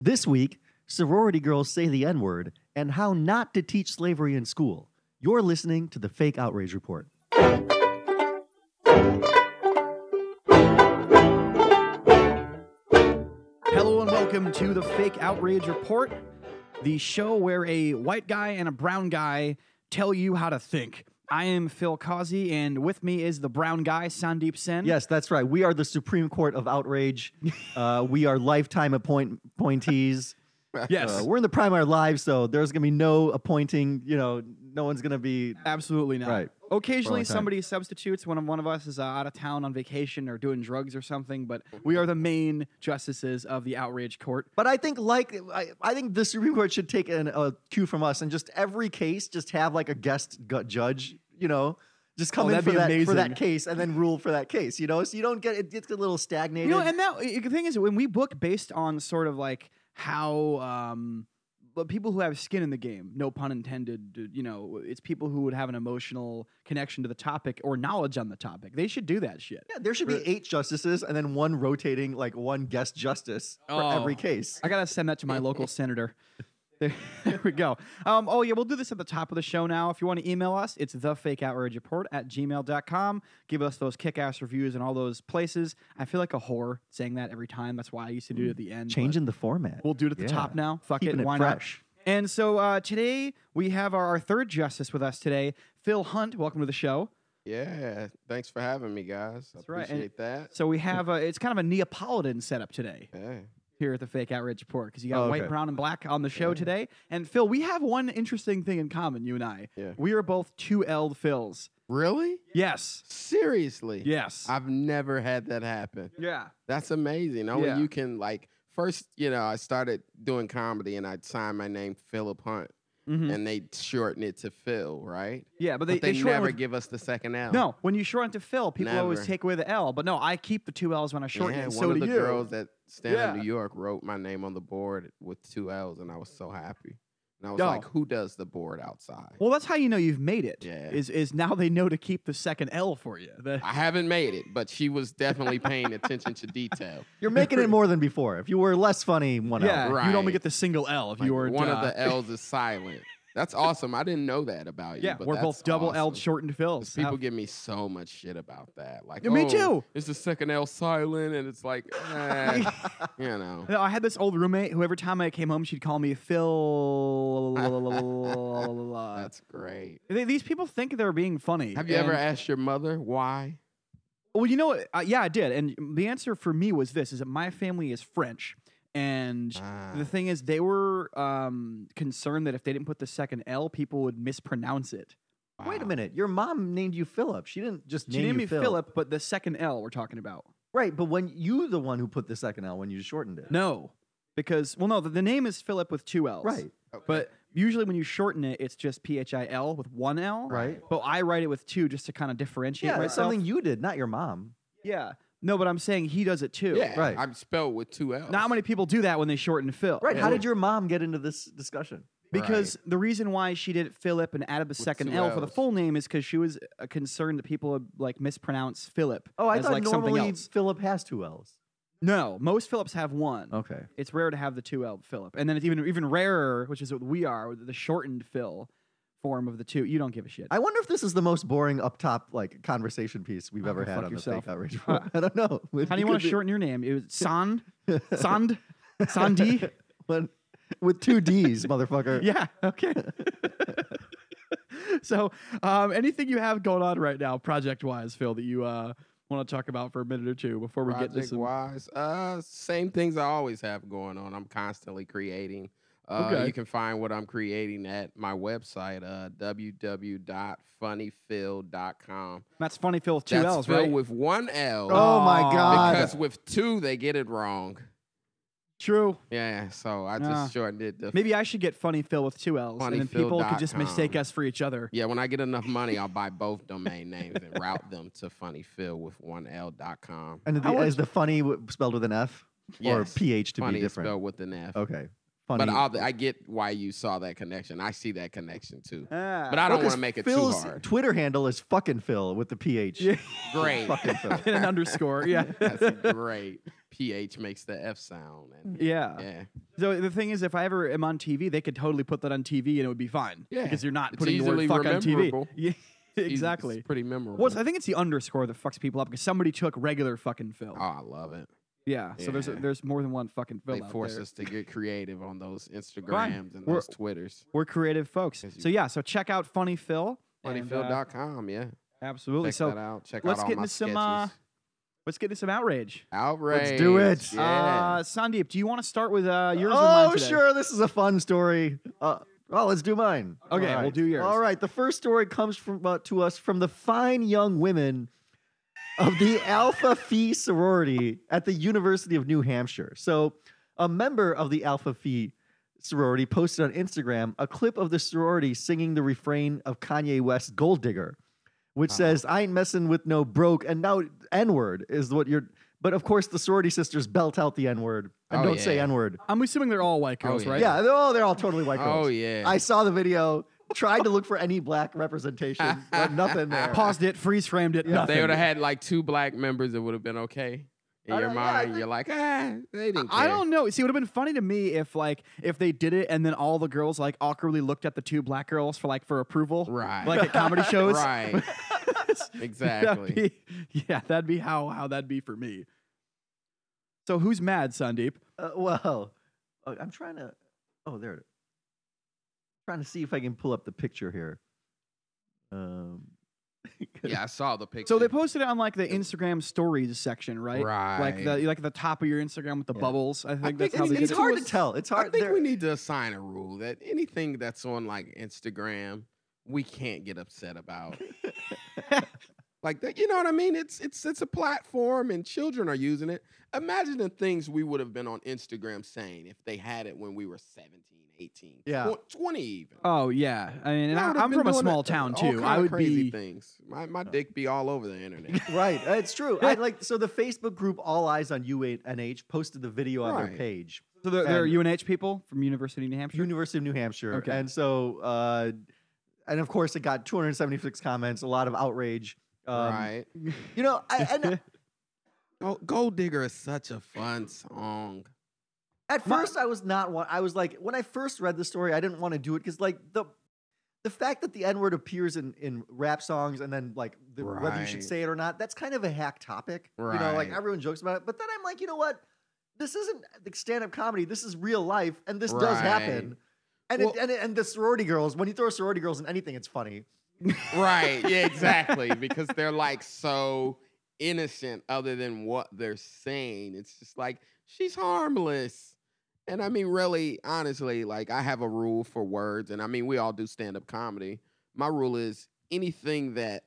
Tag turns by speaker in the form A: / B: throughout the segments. A: This week, sorority girls say the N word and how not to teach slavery in school. You're listening to the Fake Outrage Report.
B: Hello and welcome to the Fake Outrage Report, the show where a white guy and a brown guy tell you how to think. I am Phil Causey, and with me is the brown guy, Sandeep Sen.
A: Yes, that's right. We are the Supreme Court of Outrage. Uh, we are lifetime appoint- appointees.
B: Yes.
A: Uh, we're in the prime of our lives, so there's going to be no appointing. You know, no one's going to be.
B: Absolutely not.
A: Right. For a long
B: Occasionally,
A: time.
B: somebody substitutes when one of us is uh, out of town on vacation or doing drugs or something, but we are the main justices of the outrage court.
A: But I think, like, I, I think the Supreme Court should take an, a cue from us and just every case, just have like a guest gu- judge. You know. Just come
B: Oh,
A: in
B: that'd
A: for
B: be
A: that, for
B: amazing.
A: that case and then rule for that case, you know? So you don't get, it gets a little stagnated.
B: You know, and that the thing is, when we book based on sort of like how um, the people who have skin in the game, no pun intended, d- you know, it's people who would have an emotional connection to the topic or knowledge on the topic. They should do that shit.
A: Yeah, there should be
B: Right.
A: eight justices and then one rotating, like one guest justice for
B: Oh.
A: every case.
B: I gotta send that to my local senator. There, there we go. Um, oh yeah, we'll do this at the top of the show now. If you want to email us, it's thefakeoutragereport at gmail.com. Give us those kick-ass reviews and all those places. I feel like a whore saying that every time. That's why I used to do it at the end. but-
A: the format.
B: We'll do it at the
A: Yeah.
B: top now. Fuck
A: Keeping
B: it.
A: it
B: Why
A: fresh.
B: not? And so uh, today we have our, our third justice with us today, Phil Hunt. Welcome to the show.
C: Yeah, thanks for having me, guys. I
B: That's right, and-
C: appreciate that.
B: So we have a, it's kind of a Neapolitan setup today
C: Yeah.
B: here at the Fake Outrage Report because you got
A: Oh,
B: white,
A: okay.
B: brown, and black on the show
C: Yeah.
B: today. And Phil, we have one interesting thing in common, you and I.
C: Yeah.
B: We are both two L Phils.
C: Really?
B: Yes.
C: Seriously?
B: Yes.
C: I've never had that happen.
B: yeah.
C: That's amazing. Only
B: Yeah.
C: you can like first, you know, I started doing comedy and I signed my name Philip Hunt
B: Mhm.
C: and they shorten it to Phil, right?
B: Yeah, but
C: But
B: they, they,
C: they,
B: shorten
C: never
B: with-
C: give us the second L.
B: No, when you shorten it to Phil, people always
C: Never.
B: take away the L. But no, I keep the two L's when I shorten
C: yeah,
B: it. And
C: one
B: so
C: of
B: do
C: the
B: you.
C: girls that stand in
B: Yeah.
C: New York wrote my name on the board with two L's and I was so happy. And I was
B: No.
C: like, who does the board outside?
B: Well, that's how you know you've made it.
C: Yeah.
B: Is is now they know to keep the second L for you. The-
C: I haven't made it, but she was definitely paying attention to detail.
A: You're making it more than before. If you were less funny, one
B: yeah,
A: hour.
C: Right.
B: you'd only get the single L if
C: Like,
B: you were
C: one
B: uh,
C: of the L's is silent. That's awesome. I didn't know that about you.
B: Yeah,
C: but
B: we're both
C: that's
B: double L
C: awesome.
B: shortened fills.
C: 'Cause People give me so much shit about that. Like,
B: Yeah, me
C: "Oh,
B: too."
C: Is the second L silent? And it's like, eh, you know,
B: No, I had this old roommate who every time I came home, she'd call me Phil.
C: that's great.
B: They- These people think they're being funny.
C: Have you ever
B: and-
C: asked your mother why?
B: Well, you know, what? uh, yeah, I did, and the answer for me was this: is that my family is French, and
C: Ah,
B: the thing is, they were um, concerned that if they didn't put the second L, people would mispronounce it.
A: Wait a
C: wow.
A: minute. Your mom named you Philip. She didn't just
B: She
A: name
B: named
A: you
B: me
A: Phil.
B: Philip, but the second L we're talking about.
A: Right, but when you the one who put the second L when you shortened it.
B: No, because well, no, the, the name is Philip with two L's.
A: Right.
C: Okay.
B: But usually when you shorten it, it's just P H I L with one L.
A: Right.
B: But I write it with two just to kind of differentiate
A: Yeah, it's
B: myself.
A: something you did, not your mom.
B: yeah. No, but I'm saying he does it too.
C: yeah,
A: right.
C: I'm spelled with two L's.
B: Not many people do that when they shorten Phil.
A: Right. How
C: Yeah.
A: did your mom get into this discussion?
B: Because the reason why she did it Philip and added the second
C: two
B: L for the
C: Ls.
B: full name is because she was uh, concerned that people would like mispronounce Philip.
A: Oh, I
B: as,
A: thought
B: like something
A: normally
B: else.
A: Philip has two L's.
B: No, most Philips have one.
A: Okay.
B: It's rare to have the two L Philip, and then it's even even rarer, which is what we are, the shortened Phil form of the two. You don't give a shit.
A: I wonder if this is the most boring up top like conversation piece we've
B: Oh,
A: ever
B: go
A: had
B: fuck
A: on the
B: yourself.
A: fake outrage.
B: Uh,
A: I don't know.
B: How do you want to shorten your name? It was Sand, Sand,
A: D?
B: Sandy.
A: with two D's, motherfucker.
B: Yeah. Okay. so, um, anything you have going on right now, project wise, Phil, that you uh, want to talk about for a minute or two before we get to
C: Project
B: some
C: wise, uh, same things I always have going on. I'm constantly creating. Uh,
B: Okay.
C: You can find what I'm creating at my website, uh, www.funnyphil.com.
B: That's funny, Phil. Two
C: That's
B: L's,
C: Phil
B: right?
C: with one L.
A: Oh my
B: Aw.
A: God.
C: because with two, they get it wrong.
B: True.
C: Yeah, so I just
B: Ah.
C: shortened it to.
B: Maybe I should get funny Phil with two L's, and then people could just
C: funnyphil.com.
B: mistake us for each other.
C: yeah, when I get enough money, I'll buy both domain names and route them to funnyphil with one L.com.
A: And the,
B: How much-
A: is the funny w- spelled with an F
C: Yes,
A: or PH to be
C: funny is
A: different?
C: spelled with an F.
A: Okay. Funny.
C: But I'll, I get why you saw that connection. I see that connection too.
B: Ah.
C: But I don't
A: Well,
C: want
A: 'cause
C: to make it
A: Phil's
C: too hard.
A: Twitter handle is fucking Phil with the PH.
B: Yeah.
C: Great.
A: fucking Phil.
B: and an Ah. underscore. Yeah.
C: That's great. PH makes the F sound. And
B: Yeah.
C: yeah.
B: So the thing is, if I ever am on TV, they could totally put that on TV and it would be fine.
C: Yeah.
B: Because you're not
C: It's
B: putting the
C: easily
B: word fuck on TV.
C: rememberable.
B: Yeah,
C: He's-
B: exactly.
C: It's pretty memorable.
B: Well, it's- I think it's the underscore that fucks people up because somebody took regular fucking Phil.
C: oh, I love it.
B: yeah. So there's
C: yeah.
B: there's more than one fucking Phil
C: They
B: out
C: force
B: there.
C: us to get creative on those Instagrams and
B: We're-
C: those Twitters.
B: We're creative folks.
C: As you-
B: So yeah. So check out Funny Phil. and, uh,
C: Funnyfield.com, yeah.
B: absolutely.
C: Check
B: so
C: that out. Check
B: let's
C: out all
B: get
C: my
B: into some,
C: sketches.
B: uh, let's get into some outrage.
C: Outrage.
A: do it.
C: Yeah.
B: Uh, Sandeep, do you want to start with uh, yours or mine
A: oh,
B: today?
A: sure. This is a fun story. Uh, oh, let's do mine.
B: Okay,
A: All
B: we'll do yours.
A: All right. The first story comes from uh, to us from the fine young women of the Alpha Phi sorority at the University of New Hampshire. So, a member of the Alpha Phi sorority posted on Instagram a clip of the sorority singing the refrain of Kanye West's Gold Digger, which
C: Uh-huh.
A: says, I ain't messing with no broke, and now N word is what you're. But of course, the sorority sisters belt out the N word and
C: Oh,
A: don't say
C: yeah.
A: N word.
B: I'm assuming they're all white
C: Oh,
B: girls,
C: yeah.
B: right?
A: Yeah, they're all they're all totally white girls.
C: Oh, yeah.
A: I saw the video, tried to look for any black representation, but nothing there.
B: Paused it, freeze framed it.
A: Yeah.
B: nothing.
C: they would have had like two black members, it would have been okay. In
A: I
C: your
A: don't- yeah, I
C: mind,
A: think-
C: you're like, ah, they didn't
B: I
C: care.
B: don't know. See, it would have been funny to me if like if they did it and then all the girls like awkwardly looked at the two black girls for like for approval,
C: Right.
B: Like at comedy shows,
C: Right.
B: That'd
C: exactly.
B: be- yeah, that'd be how how that'd be for me. So who's mad, Sandeep?
A: Uh, well, uh, I'm trying to. Oh, there it is. Trying to see if I can pull up the picture here. Um,
C: Yeah, I saw the picture.
B: So they posted it on like the Instagram stories section, right?
C: Right.
B: Like the like the top of your Instagram with the
A: Yeah.
B: bubbles. I think that's
C: think
B: how
C: it's-
B: they did
A: it's
B: it.
C: to
A: hard to
C: us-
A: tell. It's hard.
C: I think
A: there-
C: we need to assign a rule that anything that's on like Instagram, we can't get upset about. like that, you know what I mean? It's it's it's a platform, and children are using it. Imagine the things we would have been on Instagram saying if they had it when we were 17, 18,
A: Yeah.
C: tw- 20 even.
B: Oh yeah, I mean, and
C: I
B: I,
C: would have
B: I'm
C: been
B: from a
C: doing
B: small
C: all
B: town
C: kinda
B: too. I would
C: crazy
B: be. Uh.
C: things. My my dick be all over the internet.
A: Right, uh, it's true. I like so the Facebook group All Eyes on UNH posted the video on
C: Right.
A: their page.
B: So they're, they're
A: And-
B: UNH people from University of New Hampshire.
A: University of New Hampshire.
B: Okay.
A: And so, uh, and of course, it got 276 comments, a lot of outrage. Um,
C: right.
A: You know, I, and
C: Go- Gold Digger is such a fun song.
A: at
B: My-
A: first, I was not one. I was like, when I first read the story, I didn't want to do it because, like, the the fact that the N word appears in in rap songs and then like the, whether you should
C: Right.
A: say it or not, that's kind of a hack topic. You know, like
C: Right.
A: everyone jokes about it, but then I'm like, you know what? This isn't like stand up comedy. This is real life, and this does happen. And,
C: Well-
A: it, and it- and the sorority girls, when you throw sorority girls in anything, it's funny.
C: Right. Yeah, exactly. because they're like so innocent other than what they're saying. It's just like she's harmless. And I mean, really, honestly, like I have a rule for words, and I mean, we all do stand up comedy. My rule is anything that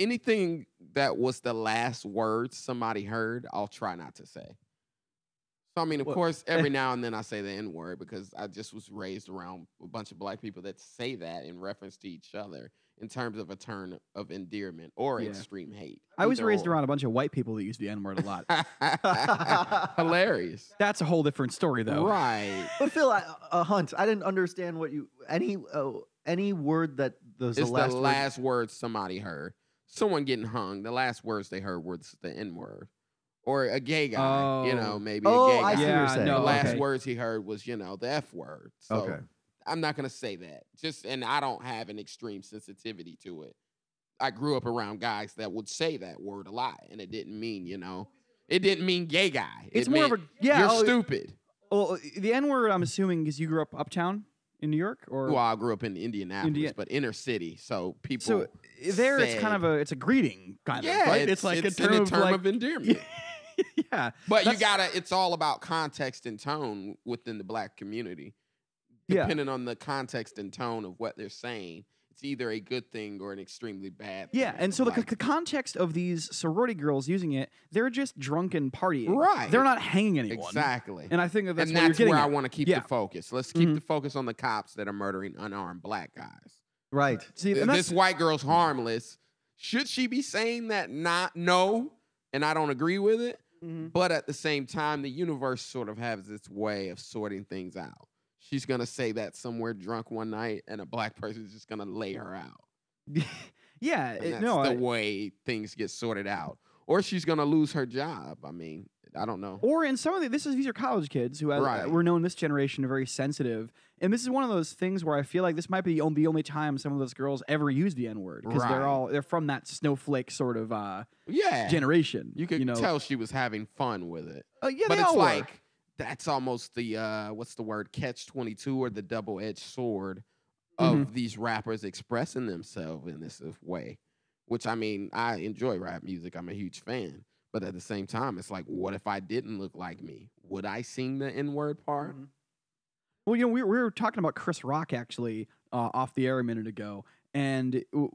C: anything that was the last word somebody heard, I'll try not to say. So I mean, of
B: Well,
C: course, every now and then I say the N word because I just was raised around a bunch of black people that say that in reference to each other in terms of a turn of endearment or
B: Yeah.
C: extreme hate.
B: I was
C: either
B: raised
C: or.
B: around a bunch of white people that use the N word a lot.
C: Hilarious.
B: That's a whole different story, though.
C: Right.
A: But Phil, I, uh, Hunt, I didn't understand what you any uh, any word that those
C: It's
A: the last.
C: the
A: word-
C: last words somebody heard. Someone getting hung. The last words they heard was the N word, or a gay guy. you
B: Oh.
C: know, maybe
A: Oh,
C: a gay
A: I see
C: guy.
A: what you're
B: yeah,
A: saying.
C: The
B: no,
C: last
B: okay.
C: words he heard was, you know, the F word. So
A: okay.
C: I'm not gonna say that. Just and I don't have an extreme sensitivity to it. I grew up around guys that would say that word a lot, and it didn't mean, you know, it didn't mean gay guy.
B: It's
C: It
B: more of a
C: meant,
B: yeah.
C: You're
B: oh,
C: stupid.
B: well, the N word. I'm assuming because you grew up uptown in New York, or
C: Well, I grew up in Indianapolis,
B: Indian-
C: but inner city, so people.
B: so there. It's kind
C: said-
B: of a it's a greeting kind
C: yeah,
B: of right.
C: it's,
B: like
C: it's
B: a
C: in
B: term,
C: a
B: of,
C: term
B: like,
C: of endearment.
B: yeah.
C: But you
B: That's-
C: gotta. It's all about context and tone within the black community.
B: Yeah.
C: Depending on the context and tone of what they're saying, it's either a good thing or an extremely bad. thing.
B: Yeah, and so the, c-
C: Like,
B: c- context of these sorority girls using it, they're just drunken partying.
C: Right.
B: They're not hanging anyone.
C: exactly.
B: And I think that that's
C: and
B: what
C: that's
B: you're
C: where
B: getting
C: I
B: at.
C: want to keep
B: Yeah.
C: the focus. Let's keep
B: Mhm.
C: the focus on the cops that are murdering unarmed black guys.
A: Right.
B: See, and that's-
C: this white girl's harmless. Should she be saying that? Not no, and I don't agree with it.
B: Mhm.
C: But at the same time, the universe sort of has its way of sorting things out. She's gonna say that somewhere drunk one night, and a black person's just gonna lay her out.
B: yeah,
C: And
B: it-
C: that's
B: Eh, no,
C: the
B: I-
C: way things get sorted out. Or she's gonna lose her job. I mean, I don't know.
B: Or in some of the, this is these are college kids who have,
C: Right.
B: were known this generation are very sensitive, and this is one of those things where I feel like this might be the only, the only time some of those girls ever use the N word because
C: Right.
B: they're all they're from that snowflake sort of uh,
C: Yeah,
B: generation.
C: you could
B: know?
C: tell she was having fun with it.
B: Uh, yeah,
C: but
B: they
C: it's
B: all were.
C: like that's almost the uh what's the word catch 22 or the double-edged sword of
B: Mm-hmm.
C: these rappers expressing themselves in this of- way which i mean i enjoy rap music i'm a huge fan but at the same time it's like what if i didn't look like me would i sing the n-word part
B: Mhm. Well, you know, we, we were talking about Chris Rock actually uh, off the air a minute ago, and it- w-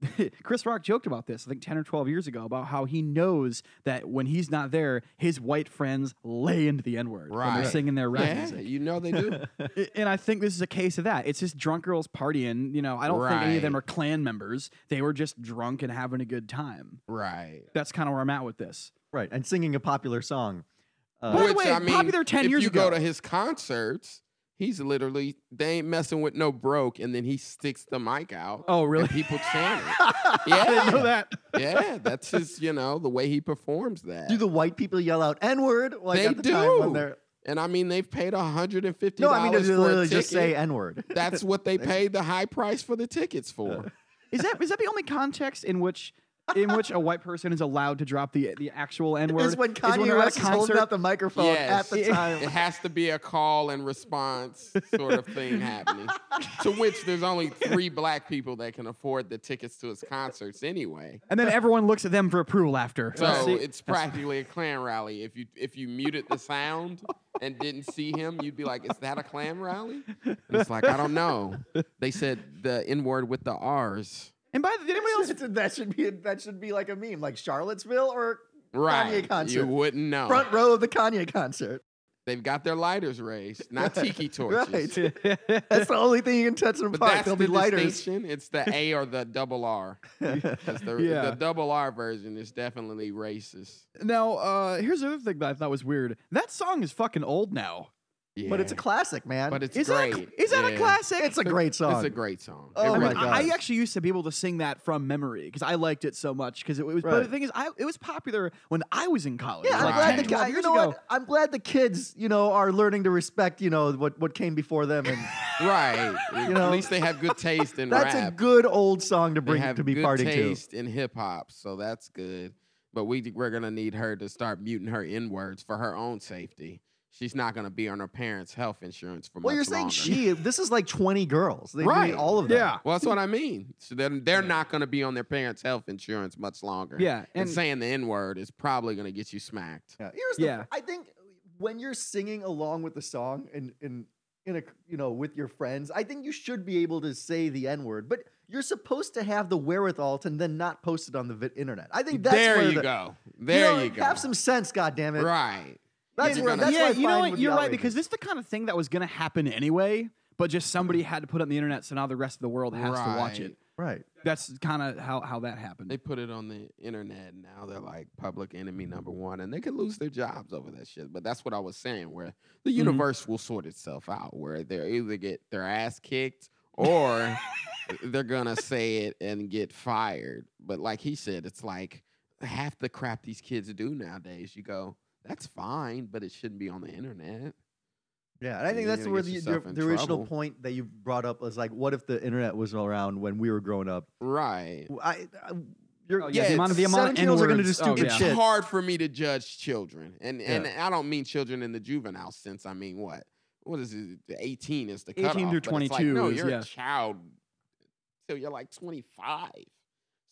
B: Chris Rock joked about this, I think 10 or 12 years ago, about how he knows that when he's not there, his white friends lay into the N word when
C: Right.
B: they're singing their rap
C: yeah
B: music.
C: you know they do
B: I- And I think this is a case of that. It's just drunk girls partying. You know, I don't think any of them
C: Right.
B: are clan members. They were just drunk and having a good time.
C: right
B: That's kind of where I'm at with this.
A: right, and singing a popular song. Uh,
B: By the way, popular 10
C: if
B: years
C: you
B: ago.
C: go to his concerts he's literally they ain't messing with no broke and then he sticks the mic out
B: Oh, really?
C: and people chant it
B: I didn't know
C: yeah
B: that.
C: yeah, that's his, you know, the way he performs that.
A: do the white people yell out N word? Like
C: They
A: at the Time
C: do.
A: when they're,
C: and I mean, they've paid hundred and fifty
A: no, I
C: dollars
A: mean,
C: for
A: they
C: a
A: literally
C: ticket.
A: just say Uh, N word.
C: that's what they paid the high price for the tickets for.
B: Is that is that the only context in which in which a white person is allowed to drop the the actual N word?
A: Is when Kanye
B: they're at
A: West
B: a
A: is holding
B: concert.
A: out the microphone
C: Yes.
A: at the
C: It
A: time.
C: has to be a call and response sort of thing happening. to which there's only three black people that can afford the tickets to his concerts anyway.
B: and then everyone looks at them for approval after.
C: So
B: See?
C: it's practically a Klan rally. If you if you muted the sound and didn't see him, you'd be like, "Is that a Klan rally?" And it's like, I don't know. They said the N word with the R's.
B: and by the did anybody else?
A: that should be that should be like a meme, like Charlottesville or
C: Right.
A: Kanye concert.
C: You wouldn't know.
A: front row of the Kanye concert.
C: They've got their lighters raised, not tiki torches.
A: Right. That's the only thing you can touch in a
C: But
A: park.
C: that's
A: There'll
C: the
A: be lighters.
C: distinction. It's the A or the double R. 'Cause the,
B: Yeah.
C: the double R version is definitely racist.
B: now uh, here's another thing that I thought was weird. That song is fucking old now.
A: But it's a
C: Yeah.
A: classic, man.
C: but it's
B: is
C: great.
B: that a, is that a
C: Yeah.
B: classic?
A: it's a great song.
C: It's a great song.
A: Oh
C: It
B: I,
A: my
B: mean,
C: really
A: God.
B: I I actually used to be able to sing that from memory because I liked it so much. Because it was, but
A: Right.
B: the thing is, I, it was popular when I was in college.
A: yeah, I'm
B: like
A: glad
B: 10,
A: the
B: 12
A: guy, you
B: years
A: know
B: ago.
A: what? I'm glad the kids, you know, are learning to respect, you know, what, what came before them. And
C: Right.
A: know?
C: At least they have good taste in
A: that's
C: rap.
A: a good old song to
C: they
A: bring
C: have
A: to be
C: good
A: partying to.
C: taste in hip hop, so that's good. But we we're gonna need her to start muting her n words for her own safety. She's not gonna be on her parents' health insurance for
A: Well,
C: much
A: you're saying
C: longer.
A: she, this is like 20 girls. They
C: Right.
A: need all of them.
B: Yeah.
C: Well, that's what I mean. So they're, they're not going to be on their parents' health insurance much longer.
B: Yeah,
C: And,
B: and-
C: saying the N word is probably going to get you smacked.
A: Yeah. Here's
B: Yeah.
A: the. I think when you're singing along with the song and in in a you know with your friends, I think you should be able to say the N word, but you're supposed to have the wherewithal to then not post it on the vi- internet. I think that's
C: there
A: where
C: you
A: the-
C: go. There you,
A: know,
C: go.
A: Have some sense, goddammit.
C: right.
A: That's
C: You're
A: where.
C: gonna-
A: That's
B: yeah,
A: why
B: you know what? You're right because this is the kind of thing that was going to happen anyway, but just somebody had to put it on the internet, so now the rest of the world has to watch
C: Right.
B: it.
A: right.
B: That's kind of how, how that happened.
C: They put it on the internet and now. They're like public enemy number one, and they could lose their jobs over that shit. But that's what I was saying. Where the universe will sort itself out. Where they will either get their ass kicked or they're gonna say it and get fired. But like he said, it's like half the crap these kids do nowadays. You go, that's fine, but it shouldn't be on the internet.
A: Yeah, and I think
C: You're
A: that's
C: gonna
A: where
C: get
A: the, the,
C: yourself in
A: the original
C: trouble.
A: point that you brought up was like, what if the internet was around when we were growing up?
C: Right.
A: I, I you're,
B: Oh,
C: yeah, the amount
B: of- the amount of
A: 17-year-olds are gonna
B: N-words.
A: do stupid
B: Oh, yeah.
C: it's
A: shit.
C: hard for me to judge children, and and I don't mean children in the juvenile sense. I mean what? What is it? Eighteen is the
B: 18
C: cutoff.
B: through
C: but it's like,
B: 22
C: no,
B: is-
C: you're
B: yeah.
C: a child till you're like twenty five.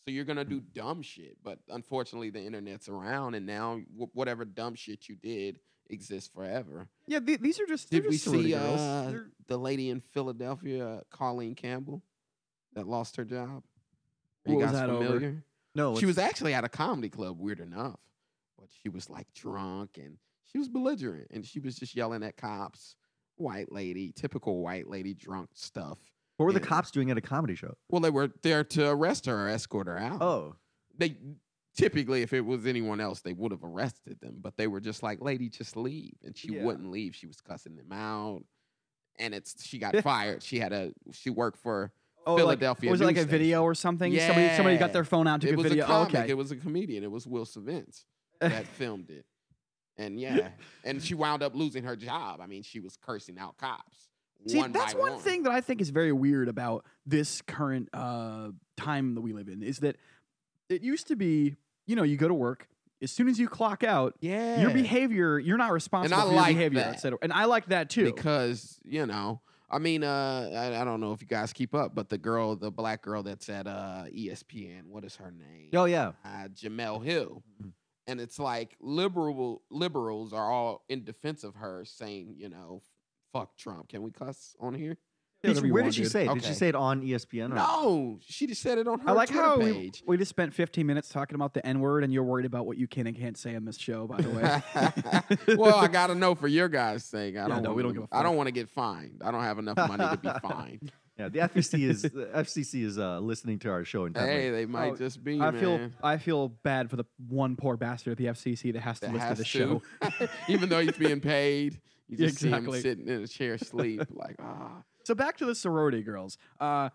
C: So you're gonna do dumb shit, but unfortunately the internet's around, and now wh- whatever dumb shit you did exists forever.
B: yeah, the- these are just.
C: Did
B: they're
C: we
B: just sorority
C: see
B: girls.
C: uh,
B: They're-
C: the lady in Philadelphia, Colleen Campbell, that lost her job? Are
B: What
C: you
B: was
C: guys
B: that over?
C: familiar?
A: No,
C: she was actually at a comedy club, weird enough. But she was like drunk and she was belligerent and she was just yelling at cops, white lady, typical white lady drunk stuff.
A: what were the
C: yeah.
A: cops doing at a comedy show?
C: Well, they were there to arrest her or escort her out.
A: Oh,
C: They typically, if it was anyone else, they would have arrested them, but they were just like, lady, just leave. And she
B: Yeah.
C: wouldn't leave. She was cussing them out. And it's she got fired. She had a she worked for
B: oh, like-
C: Philadelphia
B: was it like
C: news
B: a video or something? Somebody somebody got
C: Yeah.
B: their phone out and took
C: it
B: a
C: was
B: video.
C: a
B: Oh,
C: comic.
B: okay.
C: It was a comedian. It was Will Savant that filmed it. And yeah, and she wound up losing her job. I mean, she was cursing out cops.
B: See,
C: one
B: that's
C: by
B: one thing that I think is very weird about this current uh, time that we live in is that it used to be, you know, you go to work as soon as you clock out,
C: Yeah.
B: your behavior, you're not responsible
C: I
B: for
C: like
B: your behavior,
C: that.
B: et cetera. And I like that too.
C: because you know i mean uh I, I don't know if you guys keep up but the girl the black girl that's at uh espn what is her name
A: Oh yeah.
C: uh, jamel hill
B: Mm-hmm.
A: Mhm.
C: and it's like liberal liberals are all in defense of her saying you know fuck trump can we cuss on here
B: Yeah,
A: Did
B: whatever
A: she-
B: you
A: where
B: want,
A: did she
B: dude.
A: say? it? Did she
C: Okay.
A: say it on E ESPN? Or
C: no she just said it on her
B: I like
C: Twitter
B: how we,
C: page
B: we just spent 15 minutes talking about the N word and you're worried about what you can and can't say on this show, by the way.
C: well, I gotta know for your guys' sake. I
B: Yeah,
C: don't.
B: no,
C: wanna,
B: we don't give a
C: I
B: fuck.
C: don't want to get fined. I don't have enough money to be fined.
A: Yeah, the FCC is the FCC is uh, listening to our show and
C: hey,
A: hey.
C: they might
B: Oh,
C: just be.
B: I
C: man.
B: feel I feel bad for the one poor bastard at the FCC that has to
C: that
B: listen to
C: has
B: the show.
C: to. Even though he's being paid, you
B: Yeah,
C: just
B: exactly.
C: see him sitting in a chair asleep. Like, ah,
B: So back to the sorority girls. Uh,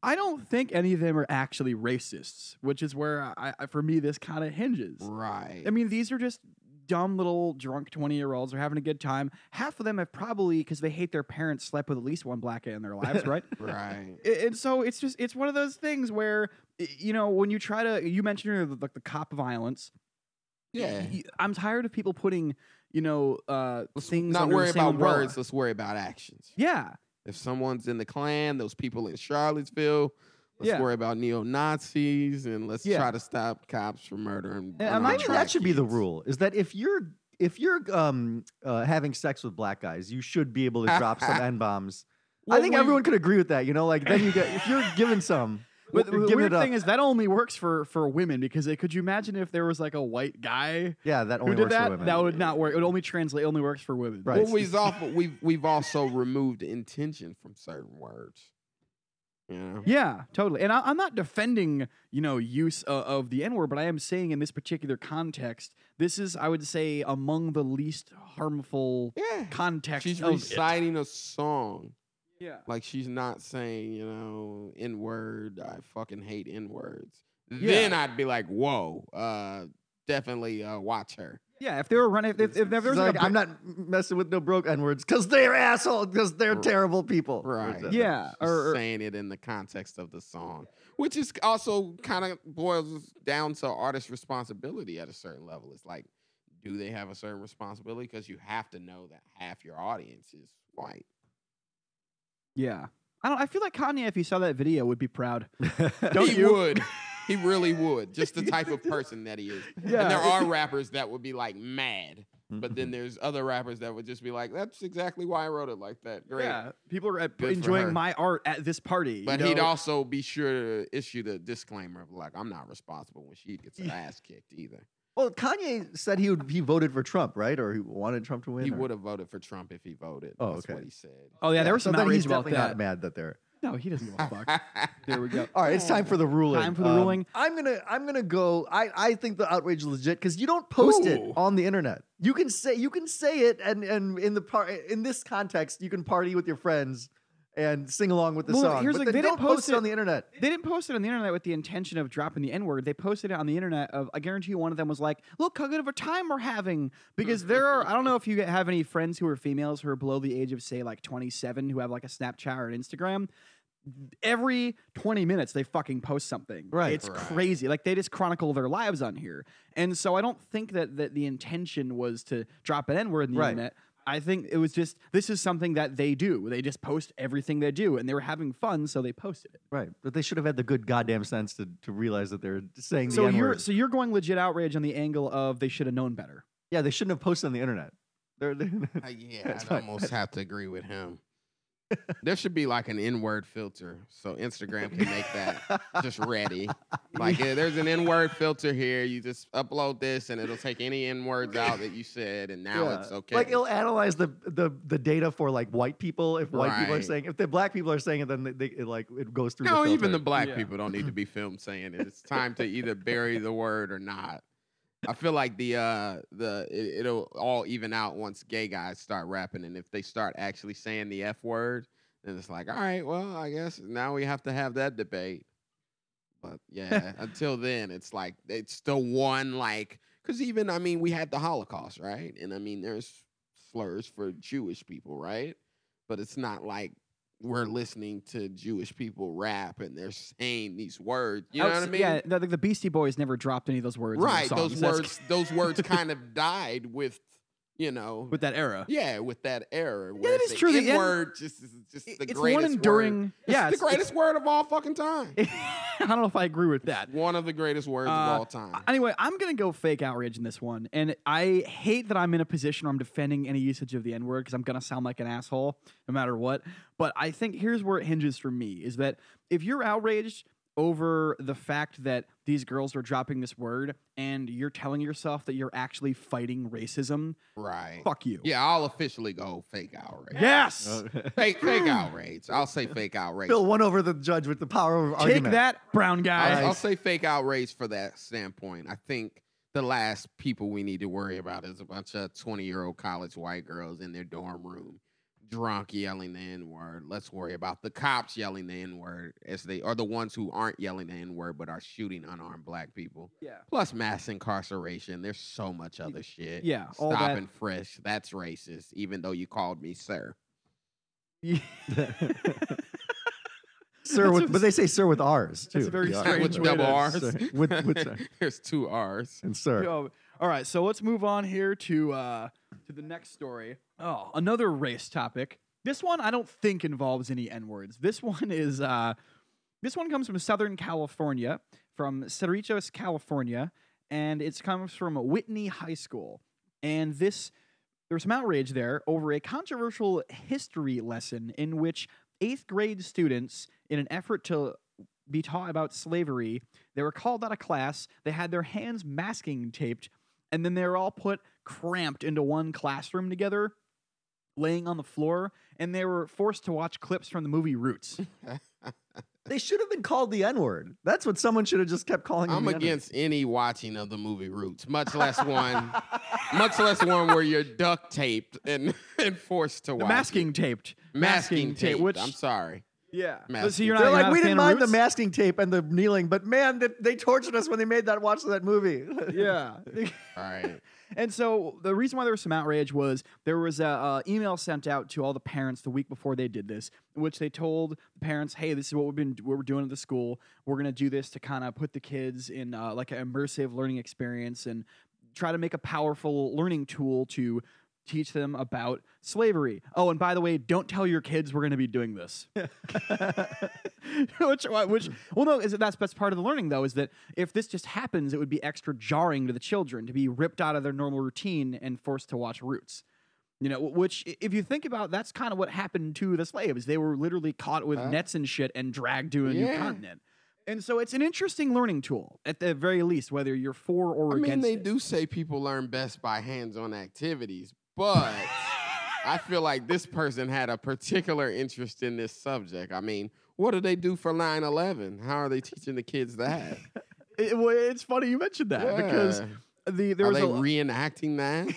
B: I don't think any of them are actually racists, which is where I, I for me this kind of hinges.
C: right.
B: I mean, these are just dumb little drunk 20 year olds are having a good time. Half of them have probably, because they hate their parents, slept with at least one black guy in their lives, right?
C: right.
B: A- And so it's just, it's one of those things where, y- you know, when you try to, you mentioned earlier, like the cop violence.
C: Yeah.
B: Y- I'm tired of people putting, you know, uh,
C: Let's
B: things
C: not
B: under
C: worry
B: the same
C: about
B: umbrella.
C: words. Let's worry about actions.
B: Yeah.
C: If someone's in the Klan, those people in Charlottesville, let's
B: Yeah.
C: worry about neo Nazis and let's
B: Yeah.
C: try to stop cops from murdering.
B: And I'm
A: Maybe
B: not
C: unarmed
B: trying-
A: that should be the
C: kids.
A: rule. Is that if you're if you're um, uh, having sex with black guys, you should be able to drop some n bombs.
C: Well,
A: I think
C: we-
A: everyone could agree with that. You know, like then you get if you're given some,
B: But the
A: you're giving
B: weird
A: it up.
B: thing is that only works for for women because they, could you imagine if there was like a white guy
A: yeah, that only
B: who did
A: works for
B: that?
A: women.
B: That would not work. It would only translate. Only works for women.
A: Right.
C: Well, we've, also, we've, we've also removed intention from certain words. You know?
B: Yeah, totally. And I, I'm not defending you know use of, of the N word, but I am saying in this particular context, this is I would say among the least harmful
C: Yeah.
B: context.
C: She's
B: of it.
C: reciting a song.
B: Yeah.
C: Like she's not saying, you know, N word. I fucking hate N words.
B: Yeah.
C: Then I'd be like, whoa, uh, definitely uh, watch her.
B: Yeah. If they were running, if, if, if there
A: It's
B: was
A: like,
B: like, a,
A: I'm not messing with no broke n words because they're assholes because they're
C: Right.
A: terrible people.
C: Right.
A: Or-
B: Yeah.
C: She's
B: Or, or
C: saying it in the context of the song, which is also kind of boils down to artist responsibility at a certain level. It's like, do they have a certain responsibility? Because you have to know that half your audience is white.
B: yeah. I don't. I feel like Kanye, if he saw that video, would be proud. Don't
C: he
B: you?
C: would. He really would. Just the type of person that he is. And there are rappers that would be like mad, but
B: Mm-hmm.
C: then there's other rappers that would just be like, "That's exactly why I wrote it like that." Great.
B: Yeah, people are at,
C: Good for her.
B: enjoying my art at this party. you
C: But he'd
B: know?
C: also be sure to issue the disclaimer of like, "I'm not responsible when she gets her
B: Yeah.
C: ass kicked either."
A: Well, Kanye said he would he voted for Trump, right? Or he wanted Trump to win.
C: He
A: or-
C: would have voted for Trump if he voted.
A: Oh,
C: That's what
A: okay.
C: he said.
B: Oh yeah, there was
A: so
B: some
A: then
B: outrage
A: he's
B: about
A: definitely
B: that.
A: not mad that they're
B: No, he doesn't give a fuck. there we go.
A: All right, it's time for the ruling. Um,
B: Time for the ruling.
A: I'm gonna I'm gonna go. I, I think the outrage is legit because you don't post
C: Ooh.
A: it on the internet. You can say you can say it and and in the par- in this context you can party with your friends and sing along with the
B: Well,
A: song.
B: here's
A: but
B: the-
A: then
B: they
A: don't
B: didn't
A: post
B: post
A: it on
B: it-
A: the internet.
B: They didn't post it on the internet with the intention of dropping the N word. They posted it on the internet of I guarantee you one of them was like, "Look how good of a time we're having." Because there are I don't know if you have any friends who are females who are below the age of say like 27 who have like a Snapchat or an Instagram. Every 20 minutes they fucking post something.
A: Right.
B: It's
C: Right.
B: crazy. Like they just chronicle their lives on here. And so I don't think that that the intention was to drop an N word in the
A: Right.
B: internet. I think it was just this is something that they do. They just post everything they do, and they were having fun, so they posted it.
A: Right, but they should have had the good goddamn sense to, to realize that they're saying
B: So
A: the
B: you're
A: N-word.
B: so you're going legit outrage on the angle of they should have known better.
A: Yeah, they shouldn't have posted on the internet. They're, they're-
C: Uh, yeah,
A: That's
C: I'd
A: fine.
C: almost have to agree with him. there should be like an N-word filter, so Instagram can make that just ready. Like eh, there's an N-word filter here. You just upload this, and it'll take any N-words out that you said, and now
A: Yeah.
C: it's okay.
A: Like it'll analyze the the the data for like white people if white people are
C: Right.
A: saying if the black people are saying it then they, they it like it goes through.
C: no,
A: the
C: even the
A: filter.
C: black
B: Yeah.
C: people don't need to be filmed saying it. It's time to either bury the word or not. I feel like the uh the it, it'll all even out once gay guys start rapping, and if they start actually saying the f word, then it's like, all right, well, I guess now we have to have that debate. But yeah, until then, it's like it's the one like Because even, I mean, we had the Holocaust, right? And I mean, there's slurs for Jewish people, right? But it's not like we're listening to Jewish people rap and they're saying these words. You know
B: Outs-
C: what I mean?
B: Oh, Yeah, the, the Beastie Boys never dropped any of those words. in their
C: right. Those
B: songs. That's-
C: words, those words kind of died with, you know,
B: with that era.
C: yeah, with that era.
B: Yeah, it is true. The
C: The
B: N-
C: word just is just the
B: it's
C: greatest
B: one enduring.
C: Word. It's
B: Yeah,
C: the greatest word of all fucking time.
B: I don't know if I agree with that.
C: One of the greatest words
B: Uh,
C: of all time.
B: Anyway, I'm gonna go fake outrage in this one, and I hate that I'm in a position where I'm defending any usage of the N word because I'm gonna sound like an asshole no matter what. But I think here's where it hinges for me is that if you're outraged over the fact that these girls are dropping this word, and you're telling yourself that you're actually fighting racism,
C: right.
B: fuck you.
C: Yeah, I'll officially go fake outrage.
B: Yes.
C: Fake, fake outrage. I'll say fake outrage.
A: Bill won over the judge with the power of
B: Take
A: argument.
B: that, brown
C: I'll,
B: guy.
C: I'll say fake outrage for that standpoint. I think the last people we need to worry about is a bunch of 20 year old college white girls in their dorm room, drunk, yelling the N word. Let's worry about the cops yelling the N word as they are the ones who aren't yelling the N word but are shooting unarmed black people.
B: Yeah.
C: Plus mass incarceration. There's so much other shit.
B: Yeah, all
C: Stop
B: that-
C: and frisk. That's racist, even though you called me sir.
A: sir.
B: That's
A: With,
B: a-
A: but they say sir with R's too.
B: that's a very
A: The R's.
B: strange
C: with
B: way to
C: double R's.
A: Sir. With- with sir.
C: There's two R's.
A: and sir.
B: Yo, all right, so let's move on here to uh, to the next story. Oh, another race topic. This one I don't think involves any n words. This one is uh, this one comes from Southern California, from Cerritos, California, and it comes from Whitney High School. And this there's some outrage there over a controversial history lesson in which eighth grade students, in an effort to be taught about slavery, they were called out of class. They had their hands masking taped, and then they were all put cramped into one classroom together, laying on the floor, and they were forced to watch clips from the movie Roots.
A: They should have been called the N word. That's what someone should have just kept calling. them
C: I'm
A: the N-word.
C: against any watching of the movie Roots, much less one, much less one where you're duct taped and, and forced to
B: The
C: watch
B: masking
C: it.
B: taped.
C: masking tape.
B: Which
C: I'm sorry,
B: yeah.
C: Masking
B: So you're not,
A: They're
B: you're
A: like,
B: not
A: we
B: a fan
A: didn't
B: of
A: mind the
B: Roots?
A: masking tape and the kneeling, but man, th- they tortured us when they made that watch of that movie.
B: Yeah.
C: all right.
B: And so the reason why there was some outrage was there was a uh, email sent out to all the parents the week before they did this, in which they told the parents, "Hey, this is what we've been what we're doing at the school. We're gonna do this to kind of put the kids in uh, like an immersive learning experience and try to make a powerful learning tool to." Teach them about slavery. Oh, and by the way, don't tell your kids we're going to be doing this. which, which, well, no, is that that's that's part of the learning though. Is that if this just happens, it would be extra jarring to the children to be ripped out of their normal routine and forced to watch Roots. You know, which i- if you think about, that's kind of what happened to the slaves. They were literally caught with
C: Huh?
B: nets and shit and dragged to a new
C: Yeah.
B: continent. And so it's an interesting learning tool at the very least, whether you're for or
C: I mean,
B: against.
C: they
B: it.
C: do say people learn best by hands-on activities, but I feel like this person had a particular interest in this subject. I mean, what do they do for 9/11? How are they teaching the kids that?
B: It- well, it's funny you mentioned that because
C: Yeah.
B: the there
C: are
B: was
C: they
B: a
C: reenacting that?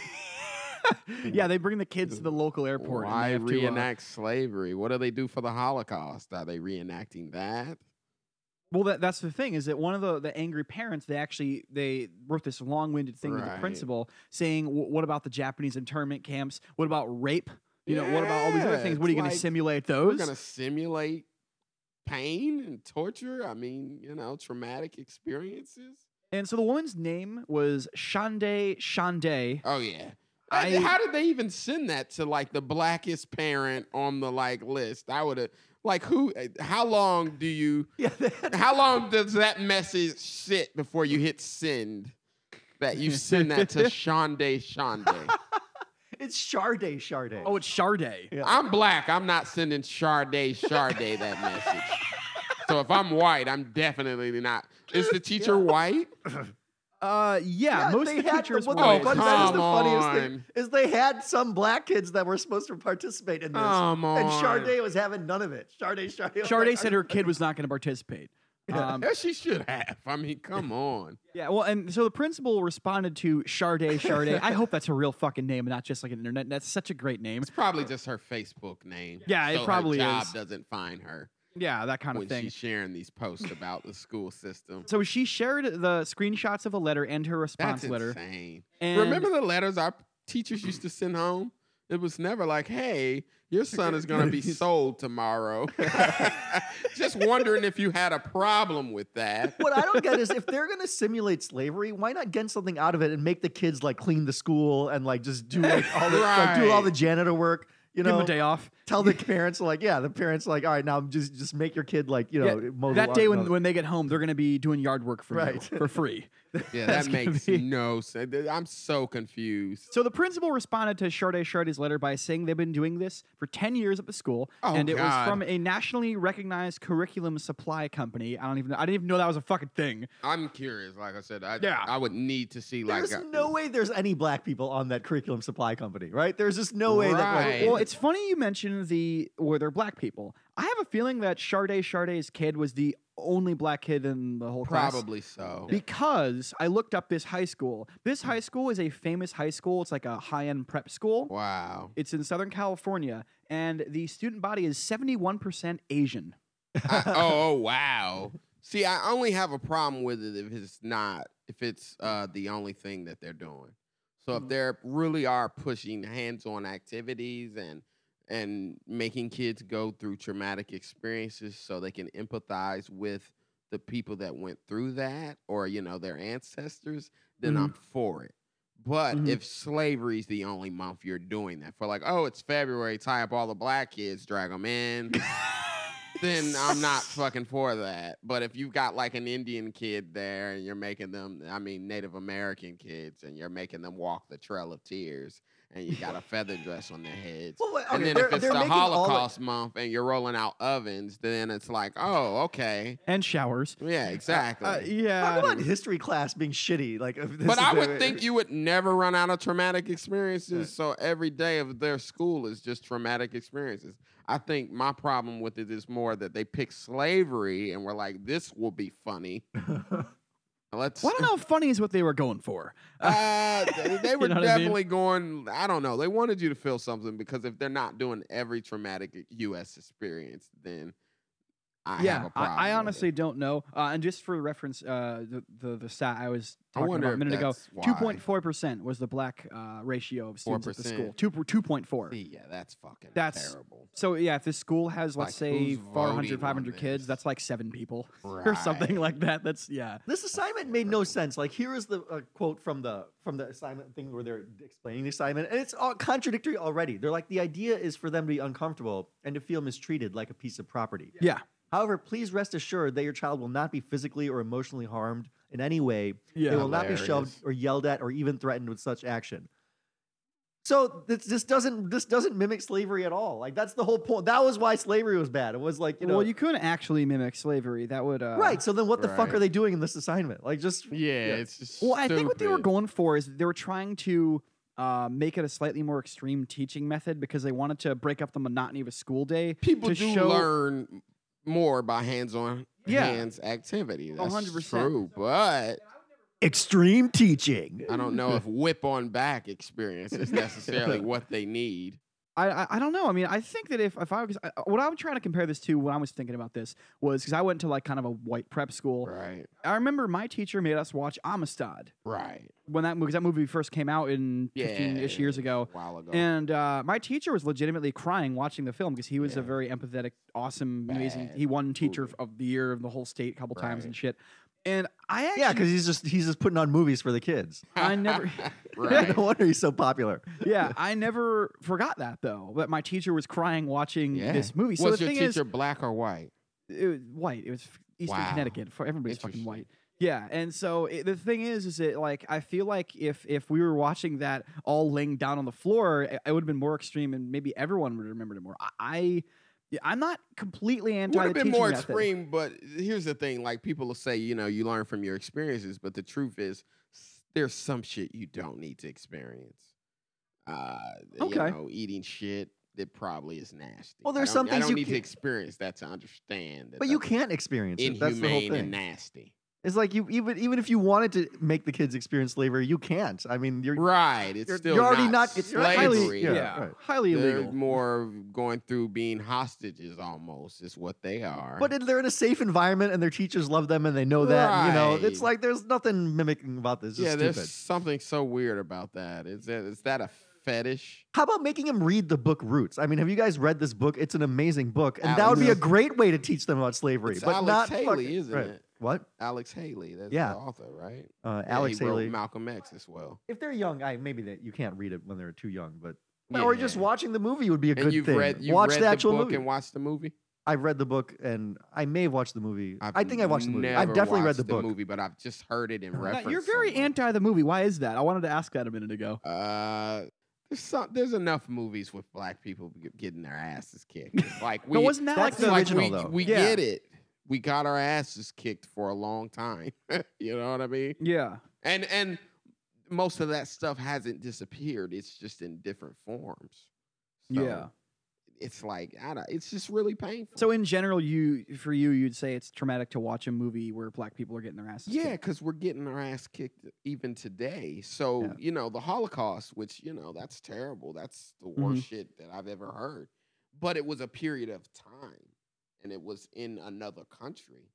B: yeah they bring the kids to the local airport. and they
C: Why
B: have to, uh,
C: reenact slavery? What do they do for the Holocaust? Are they reenacting that?
B: Well, that, that's the thing is that one of the, the angry parents they actually they wrote this long winded thing to the
C: Right.
B: principal saying, "Wh- "What about the Japanese internment camps? What about rape? You know, what about all these other
C: Yeah,
B: things? What are
C: it's
B: you going
C: like,
B: to simulate
C: We're
B: those?"
C: gonna simulate pain and torture. I mean, you know, traumatic experiences.
B: And so the woman's name was Shande Shande.
C: Oh yeah.
B: I-
C: I, how did they even send that to like the blackest parent on the like list? I would have like who? eh, How long do you?
A: yeah, that-
C: How long does that message sit before you hit send? That you send that to Shonda Shonda.
A: it's Charday Charday.
B: Oh, it's Sharday.
A: Yeah.
C: I'm black. I'm not sending Charday Charday that message. So if I'm white, I'm definitely not. Is the teacher white?
B: Uh, yeah, most
A: they
B: of the
A: had
B: teachers
A: what
B: were
A: the,
C: Oh,
A: fun-
B: white.
A: that is the
C: come
A: funniest thing
C: on.
A: is they had some black kids that were supposed to participate in this,
C: Come on.
A: and Charday was having none of it. Charday Charday. was
B: Sharday
A: like,
B: said her kid was not going to participate. Um,
C: Yeah, she should have. I mean, come on.
B: yeah, well, and so the principal responded to Sharday Sharday. I hope that's a real fucking name and not just like an internet. That's such a great name.
C: It's probably just her Facebook name.
B: Yeah, it
C: so
B: probably
C: her job
B: is.
C: doesn't find her.
B: Yeah, that kind of
C: when
B: thing.
C: she's sharing these posts about the school system.
B: so she shared the screenshots of a letter and her response
C: That's
B: letter.
C: insane.
B: And
C: Remember the letters our teachers used to send home? It was never like, "Hey, your son is going to be sold tomorrow." Just wondering if you had a problem with that.
A: What I don't get is if they're gonna simulate slavery, why not get something out of it and make the kids like clean the school and like just do like all the like, do all
C: Right.
A: the janitor work. You
B: give
A: know,
B: him a day off.
A: tell the parents like, yeah, the parents like, all right, now just just make your kid like, you know,
B: Yeah,
A: mow Oh, the
B: that
A: lawn-
B: day
A: mow
B: when,
A: the-
B: when they get home, they're going to be doing yard work for you
A: Right.
B: for free.
C: Yeah,
B: That's
C: that
B: gonna
C: makes
B: be-
C: no sense. I'm so confused.
B: So the principal responded to Charday Chardy's letter by saying they've been doing this for 10 years at the school,
C: Oh,
B: and it was
C: God.
B: from a nationally recognized curriculum supply company. I don't even I didn't even know that was a fucking thing.
C: I'm curious. Like I said, I,
B: Yeah.
C: I would need to see like uh,
A: there's no way there's any black people on that curriculum supply company, right? There's just no way that.
C: Right.
A: Like,
B: Well, it's funny you mentioned the were there black people. I have a feeling that Charday Charday's kid was the only black kid in the whole class.
C: probably so.
B: Because I looked up this high school. This high school is a famous high school. It's like a high end prep school.
C: Hmm. Wow.
B: It's in Southern California, and the student body is 71% Asian.
C: I- oh, oh, wow. See, I only have a problem with it if it's not if it's uh, the only thing that they're doing. So if
B: Mhm.
C: they are really are pushing hands-on activities and and making kids go through traumatic experiences so they can empathize with the people that went through that or you know their ancestors, then
B: Mhm.
C: I'm for it. But
B: Mhm.
C: if slavery's the only month you're doing that for, like, oh, it's February, tie up all the black kids, drag them in, then I'm not fucking for that. But if you've got like an Indian kid there and you're making them, I mean, Native American kids, and you're making them walk the Trail of Tears and you got a feather dress on their heads.
A: well, okay,
C: and then
A: they're,
C: if it's
A: they're
C: the
A: making all the-
C: Holocaust month and you're rolling out ovens, then it's like, oh, okay.
B: And showers.
C: Yeah, exactly.
B: Uh, yeah.
A: Talk about history class being shitty. Like, if this
C: but
A: is
C: I
A: the-
C: would think you would never run out of traumatic experiences.
A: Yeah.
C: So every day of their school is just traumatic experiences. I think my problem with it is more that they pick slavery and we're like, this will be funny. Let's.
B: Well, I don't know if funny is what they were going for.
C: Uh, they, they
B: You
C: were
B: know what I mean?
C: definitely going. I don't know. They wanted you to feel something because if they're not doing every traumatic U.S. experience, then I
B: yeah,
C: have a problem.
B: I, I
C: with it.
B: honestly don't know. Uh, and just for reference, uh, the, the the stat I was
C: I
B: talking
C: wonder
B: about a
C: if
B: minute ago,
C: that's why.
B: two point four percent was the black uh, ratio of students at the
C: 4%.
B: school. Two two point four.
C: See, Yeah, that's fucking.
B: That's-
C: terrible.
B: So yeah, if this school has let's
C: Like,
B: say
C: who's
B: 400,
C: voting on
B: 500 kids,
C: this?
B: that's like seven people or something like that. That's yeah.
A: This assignment made no sense. Like here is the uh, quote from the from the assignment thing where they're explaining the assignment, and it's all contradictory already. They're like the idea is for them to be uncomfortable and to feel mistreated like a piece of property.
B: Yeah.
A: However, please rest assured that your child will not be physically or emotionally harmed in any way.
B: Yeah.
A: They will not be shoved
C: Hilarious.
A: or yelled at or even threatened with such action. So this, this doesn't this doesn't mimic slavery at all. Like that's the whole point. That was why slavery was bad. It was like you know
B: well, you couldn't actually mimic slavery. That would uh,
A: right. So then what the fuck
C: Right.
A: are they doing in this assignment? Like just
C: Yeah, it's just.
B: Well, I think what they were
C: stupid.
B: going for is they were trying to uh, make it a slightly more extreme teaching method because they wanted to break up the monotony of a school day.
C: people
B: to
C: do
B: show,
C: learn more by hands-on
B: Yeah.
C: hands activity. That's
B: 100%.
C: true, but
A: extreme teaching.
C: I don't know if whip on back experience is necessarily what they need.
B: I, I I don't know. I mean, I think that if if I was I- what I'm trying to compare this to when I was thinking about this was because I went to like kind of a white prep school.
C: Right.
B: I remember my teacher made us watch Amistad
C: Right.
B: when that because that movie first came out in
C: Yeah.
B: 15 ish years
C: A
B: ago.
C: while ago.
B: And uh, my teacher was legitimately crying watching the film because he was a
C: Yeah.
B: very empathetic, awesome, amazing.
C: Bad
B: He won teacher
C: movie.
B: of the year of the whole state a couple times
C: Right.
B: and shit. And I actually,
A: Yeah, because he's just he's just putting on movies for the kids.
B: I never-
C: right.
A: no wonder he's so popular.
B: yeah, I never forgot that though. That my teacher was crying watching
C: Yeah.
B: this movie. So
C: Was
B: the
C: your
B: thing
C: teacher
B: is,
C: black or white?
B: it was white. It was f- Eastern
C: Wow.
B: Connecticut. For everybody's fucking
C: Interesting.
B: white. Yeah, and so it, the thing is, is it like I feel like if if we were watching that all laying down on the floor, it, it would have been more extreme, and maybe everyone would have remembered it more. I, I yeah, I'm not completely anti.
C: Would
B: the
C: have been
B: teaching
C: more
B: method.
C: extreme, but here's the thing: like people will say, you know, you learn from your experiences, but the truth is, s- there's some shit you don't need to experience. Uh,
B: Okay.
C: You know, eating shit that probably is nasty.
A: Well, there's
C: I
A: some
C: don't- I
A: things
C: don't
A: you
C: need to
A: ca-
C: experience that to understand. That
A: But you
C: that's
A: can't experience it. That's the whole
C: inhumane and
A: thing.
C: nasty.
A: It's like you even even if you wanted to make the kids experience slavery, you can't. I mean, you're
C: Right. It's
A: you're,
C: still
A: you're already
C: not,
A: not. it's
C: slavery.
A: highly, yeah,
B: yeah,
A: right.
B: highly
C: They're
B: illegal.
C: more of going through being hostages almost is what they are.
A: But it- they're in a safe environment, and their teachers love them, and they know that. and, You know, it's
C: Right.
A: like there's nothing mimicking about this. It's
C: yeah,
A: stupid.
C: there's something so weird about that. Is that is that a fetish?
A: How about making them read the book Roots? I mean, have you guys read this book? It's an amazing book, and that would be a
C: Alex-
A: great way to teach them about slavery.
C: It's
A: but
C: Alex
A: not
C: Haley,
A: fucking-
C: isn't
A: right.
C: it?
A: What?
C: Alex Haley, that's
A: Yeah.
C: the author, right?
A: Uh,
C: Yeah,
A: Alex
C: he wrote
A: Haley.
C: Malcolm X as well.
A: if they're young, I maybe that you can't read it when they're too young, but
C: Yeah,
A: or just
C: yeah.
A: watching the movie would be a
C: And
A: good
C: you've
A: thing.
C: read you
A: Watch
C: read
A: the actual
C: book
A: movie.
C: and watched the movie.
A: I've read the book, and I may have watched the movie.
C: I've
A: I think I watched the movie. I've
C: never
A: definitely read
C: watched
A: the book.
C: movie, but I've just heard it in
A: Now,
C: reference.
B: Now, you're very
C: somewhere.
B: anti the movie. Why is that? I wanted to ask that a minute ago.
C: Uh, there's some, there's enough movies with black people g- getting their asses kicked. It's Like we,
B: But wasn't that like
A: that's
C: it's
B: the
A: the
C: like
A: original,
C: we,
A: though.
C: we
B: Yeah.
C: get it. We got our asses kicked for a long time. you know what I mean?
B: Yeah.
C: And and most of that stuff hasn't disappeared. It's just in different forms. So
B: Yeah.
C: It's like I don't, it's just really painful.
B: So in general, you for you, you'd say it's traumatic to watch a movie where black people are getting their asses
C: Yeah,
B: kicked.
C: because we're getting our ass kicked even today. So
B: Yeah.
C: you know the Holocaust, which you know that's terrible. That's the
B: Mm-hmm.
C: worst shit that I've ever heard. But it was a period of time, and it was in another country.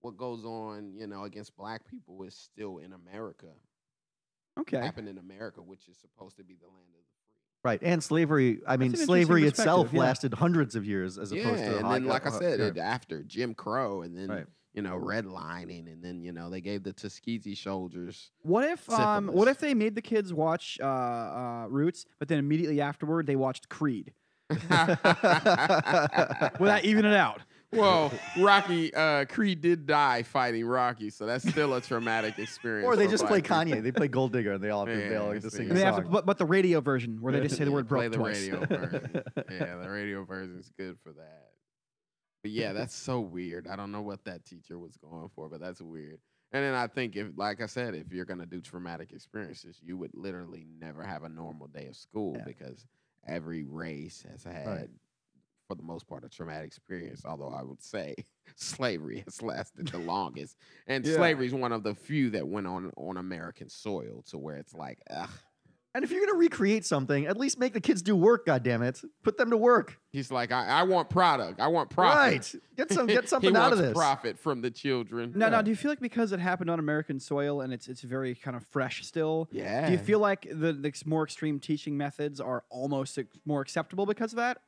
C: What goes on, you know, against black people is still in America.
B: Okay.
C: Happened in America, which is supposed to be the land of the free.
A: Right, and slavery. I mean,
B: an interesting
A: slavery itself
B: perspective, yeah.
A: lasted hundreds of years, as opposed to
C: and
A: hot-
C: then like I
A: uh,
C: said,
A: yeah.
C: it, after Jim Crow, and then
A: Right.
C: you know redlining, and then you know they gave the Tuskegee soldiers.
B: What if um, what
C: Syphilis.
B: if they made the kids watch uh, uh, Roots, but then immediately afterward they watched Creed without evening it out?
C: Well, Rocky uh, Creed did die fighting Rocky, so that's still a traumatic experience.
A: or they
C: for
A: just play
C: black people.
A: Kanye. They play Gold Digger, and they all have to, they all
C: Yeah,
A: have to
C: see.
A: sing.
C: And
A: the
B: And they have to,
A: song.
B: but, but the radio version where they just say the
C: Yeah,
B: word
C: play
B: broke
C: the
B: twice.
C: radio version. yeah, the radio version's good for that. But yeah, that's so weird. I don't know what that teacher was going for, but that's weird. And then I think if, like I said, if you're gonna do traumatic experiences, you would literally never have a normal day of school
B: Yeah.
C: because every race has had, for the most part, a traumatic experience. Although I would say slavery has lasted the longest, and
B: Yeah.
C: slavery is one of the few that went on on American soil to where it's like, ugh,
A: and if you're gonna recreate something, at least make the kids do work. God damn it, put them to work.
C: He's like, I, I want product. I want profit.
A: Right, get some, get something
C: he
A: out of
C: wants
A: this.
C: Profit from the children.
B: Now, now,
A: Yeah.
B: do you feel like because it happened on American soil and it's it's very kind of fresh still?
C: Yeah.
B: Do you feel like the, the ex- more extreme teaching methods are almost ex- more acceptable because of that?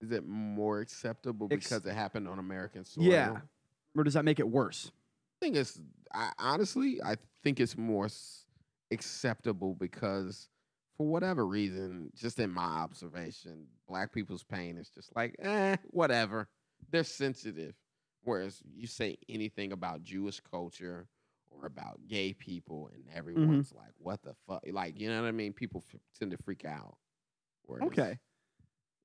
C: is it more acceptable
B: Ex-
C: because it happened on American soil?
B: Yeah. Or does that make it worse?
C: I think it's I, honestly, I think it's more s- acceptable because for whatever reason, just in my observation, black people's pain is just like, eh, whatever. They're sensitive. Whereas you say anything about Jewish culture or about gay people, and
B: Mm-hmm.
C: everyone's like, what the fuck? Like, you know what I mean? People f- tend to freak out. Whereas
B: Okay.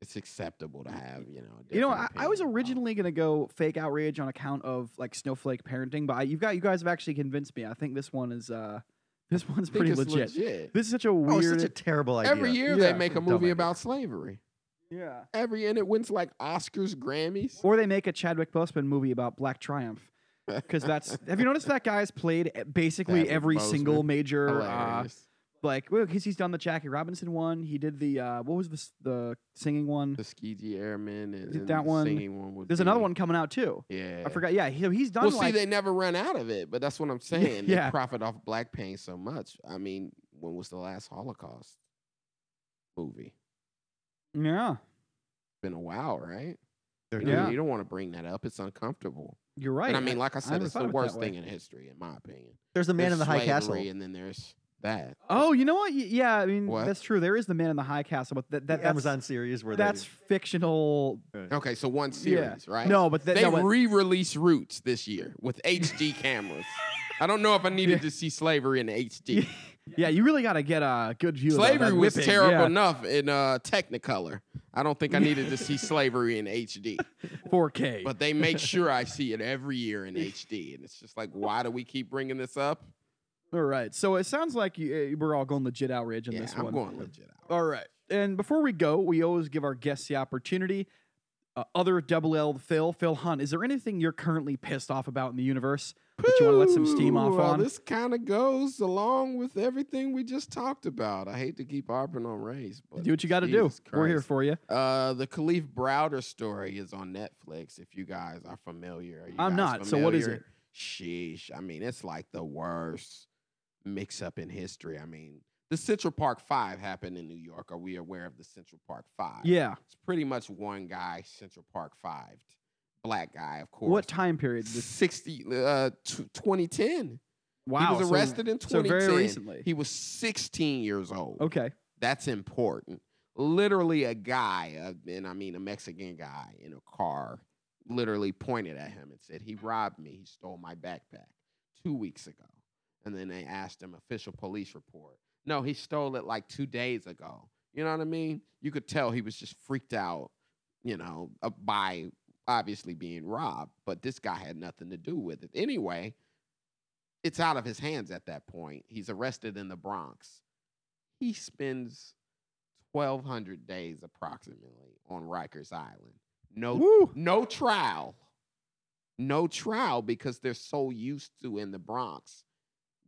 C: It's acceptable to have, you know.
B: You know, I,
C: different
B: I was
C: opinion about-
B: originally gonna go fake outrage on account of like snowflake parenting, but I, you've got you guys have actually convinced me. I think this one is uh this one's
C: I think
B: pretty
C: it's
B: legit. This is such a weird.
A: Oh, it's such a terrible idea.
C: Every year
B: Yeah.
C: they make a
A: Dumb
C: movie
A: idea.
C: about slavery.
B: yeah.
C: every and it wins like Oscars, Grammys.
B: Or they make a Chadwick Boseman movie about Black Triumph. Because that's have you noticed that guy's played e- basically
C: Chadwick
B: every
C: Boseman.
B: single major uh,
C: hilarious.
B: like well because he's done the Jackie Robinson one. He did the uh, what was the s- the singing one?
C: Tuskegee Airmen and,
B: Is it
C: and
B: that
C: the
B: one?
C: singing one. Would
B: There's another
C: be-
B: one coming out too.
C: Yeah,
B: I forgot. Yeah, he, he's done
C: Well, see,
B: like
C: they never run out of it, but that's what I'm saying.
B: yeah.
C: They profit off black pain so much. I mean, when was the last Holocaust movie?
B: yeah.
C: Been a while, right?
A: They're
C: You know,
A: doing-
B: Yeah.
C: you don't want to bring that up. It's uncomfortable.
B: You're right.
C: and I mean, like I said,
B: never
C: it's
B: thought
C: the
B: of it that
C: worst
B: way.
C: thing in history, in my opinion.
A: There's the man
C: There's
A: in the high castle.
C: slavery, and then there's that.
B: Oh, you know what? Y- Yeah, I mean
C: What?
B: that's true. There is the Man in the High Castle, but that, that
A: the
B: that's,
A: Amazon series where
B: that's
A: they,
B: fictional.
C: Okay, so one
B: Yeah.
C: series, right?
B: No, but that,
C: They
B: no, but-
C: re-released Roots this year with HD cameras. I don't know if I needed
B: Yeah.
C: to see slavery in HD.
B: yeah, you really got to get a good view. of that,
C: slavery
B: that
C: was
B: whipping,
C: terrible
B: yeah,
C: enough in uh, Technicolor. I don't think I needed to see slavery in HD,
B: 4K.
C: but they make sure I see it every year in HD, and it's just like, why do we keep bringing this up?
B: all right, so it sounds like you, uh, we're all going legit outrage on
C: yeah,
B: this
C: I'm
B: one.
C: going legit out.
B: All right, and before we go, we always give our guests the opportunity uh, other double L Phil, Phil Hunt, is there anything you're currently pissed off about in the universe that you want to let some steam off
C: Well,
B: on?
C: This kind of goes along with everything we just talked about. I hate to keep harping on race, but
B: do what you got to do.
C: Jesus
B: We're here
C: Christ.
B: for you.
C: Uh, the Khalif Browder story is on Netflix. If you guys are familiar, Are you
B: I'm
C: guys
B: not. So what is
C: familiar?
B: it?
C: Sheesh. I mean, it's like the worst mix-up in history. I mean, the Central Park Five happened in New York. Are we aware of the Central Park Five?
B: Yeah.
C: it's pretty much one guy, Central Park Five, black guy, of course.
B: What time period? This,
C: 60 uh tw 2010
B: wow.
C: he was
B: so-
C: arrested in
B: So
C: 2010
B: very recently.
C: he was 16 years old
B: Okay.
C: that's important literally a guy uh, and i mean a mexican guy in a car literally pointed at him and said he robbed me he stole my backpack two weeks ago and then they asked him official police report no he stole it like two days ago you know what i mean you could tell he was just freaked out you know uh, by obviously being robbed but this guy had nothing to do with it anyway it's out of his hands at that point he's arrested in the bronx he spends 1200 days approximately on rikers island no
B: Woo.
C: no trial. No trial because they're so used to in the Bronx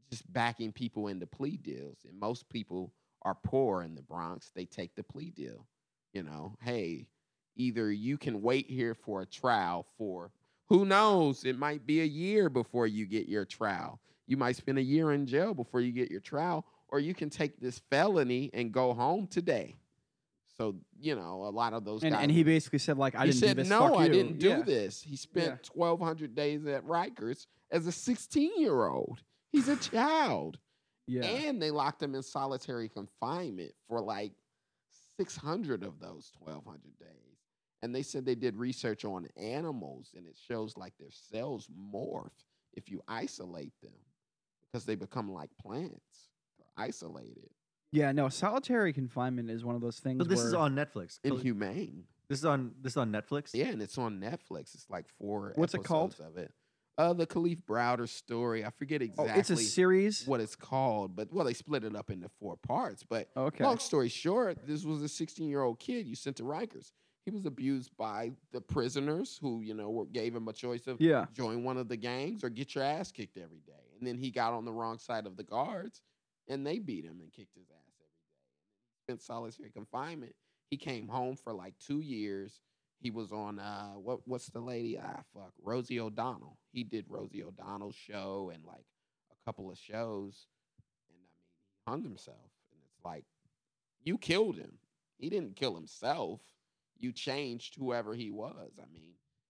C: just backing people into plea deals. And most people are poor in the Bronx. They take the plea deal. You know, hey, either you can wait here for a trial for who knows, it might be a year before you get your trial. You might spend a year in jail before you get your trial, or you can take this felony and go home today. So, you know, a lot of those
B: And,
C: guys
B: and he basically said like I
C: he
B: didn't
C: said,
B: do this.
C: "No,
B: fuck
C: I
B: you."
C: didn't do
B: Yeah.
C: this." He spent
B: Yeah.
C: 1,200 days at Rikers as a 16-year-old. He's a child,
B: Yeah.
C: and they locked him in solitary confinement for like 600 of those 1,200 days. And they said they did research on animals, and it shows like their cells morph if you isolate them because they become like plants. They're isolated,
B: yeah. No, solitary confinement is one of those things.
A: But this
B: where, Oh,
A: is on Netflix.
C: inhumane.
A: This is on this is on Netflix.
C: Yeah, and it's on Netflix. It's like four.
B: What's it called?
C: episodes Of it, uh, the Khalif Browder story. I forget
B: Oh,
C: exactly
B: it's a series.
C: what it's called, but well, they split it up into four parts. But
B: Okay.
C: long story short, this was a 16 year old kid you sent to Rikers. He was abused by the prisoners who you know were, gave him a choice of
B: Yeah.
C: join one of the gangs or get your ass kicked every day. And then he got on the wrong side of the guards and they beat him and kicked his ass every day. In solitary confinement, he came home for like two years. He was on uh what what's the lady? Ah fuck, Rosie O'Donnell. He did Rosie O'Donnell's show and like a couple of shows and I mean he hung himself. And it's like you killed him. He didn't kill himself. You changed whoever he was. I mean,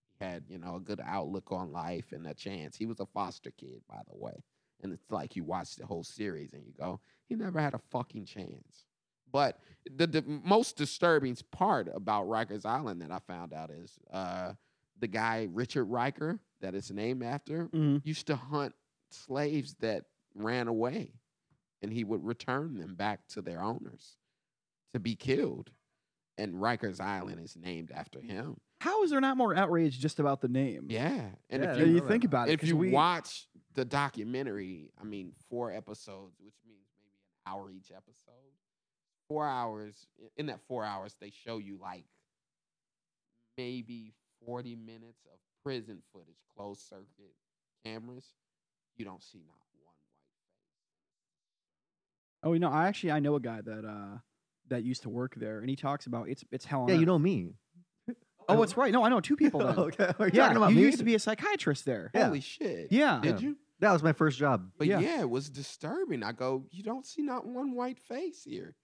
C: he had, you know, a good outlook on life and a chance. He was a foster kid, by the way. And it's like you watch the whole series and you go, he never had a fucking chance. But the, the most disturbing part about Rikers Island that I found out is uh, the guy, Richard Riker, that it's named after,
B: hmm
C: used to hunt slaves that ran away and he would return them back to their owners to be killed. And Rikers Island is named after him.
B: How is there not more outrage just about the name?
C: Yeah. And
A: Yeah,
C: if
B: You,
C: you
A: I know
B: think
A: that.
B: about it.
C: if
B: 'cause
C: you
B: Uh, we,
C: watch the documentary, I mean, four episodes, which means maybe an hour each episode. Four hours. i- In that four hours, they show you like maybe 40 minutes of prison footage, closed circuit cameras. You don't see not one white
B: Oh no, I actually I know a guy that uh that used to work there, and he talks about it's it's hell. On
A: Yeah, you
B: earth.
A: know me.
B: Oh, it's right. No, I know two people. Then.
A: okay. Are you
B: yeah,
A: talking about
B: you
A: me?
B: used to be a psychiatrist there.
A: Yeah.
C: Holy shit.
B: Yeah.
C: Did
A: Yeah.
C: you?
A: that was my first job.
C: But
B: Yeah.
C: yeah. it was disturbing. I go, you don't see not one white face here.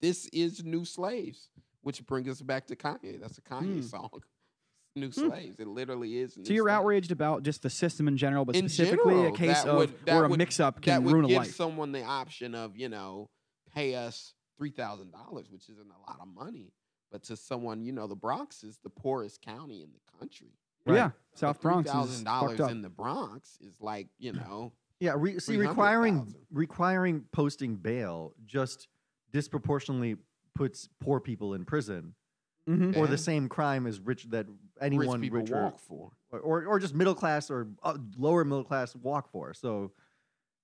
C: This is New Slaves, which brings us back to Kanye. That's a Kanye
B: Hmm.
C: song. New Slaves. It literally is. New
B: So you're
C: Slaves.
B: outraged about just the system in general, but
C: In
B: specifically a
C: general,
B: case
C: that
B: of
C: would- that
B: where a
C: would-
B: mix-up
C: That
B: can
C: would
B: ruin a
C: give
B: life.
C: someone the option of, you know, pay us $3,000, which isn't a lot of money. But to someone, you know, the Bronx is the poorest county in the country.
A: Right.
B: Yeah, South
C: But
B: Bronx is fucked
C: $3,000
B: up.
C: in the Bronx is like, you know,
A: Yeah, re- see,
C: 300,000.
A: requiring requiring posting bail just disproportionately puts poor people in prison
B: Mhm.
A: for
C: Yeah.
A: the same crime as rich that anyone
C: Mm-hmm. rich people
A: richer
C: walk for.
A: or, or or just middle class or uh, lower middle class walk for. So,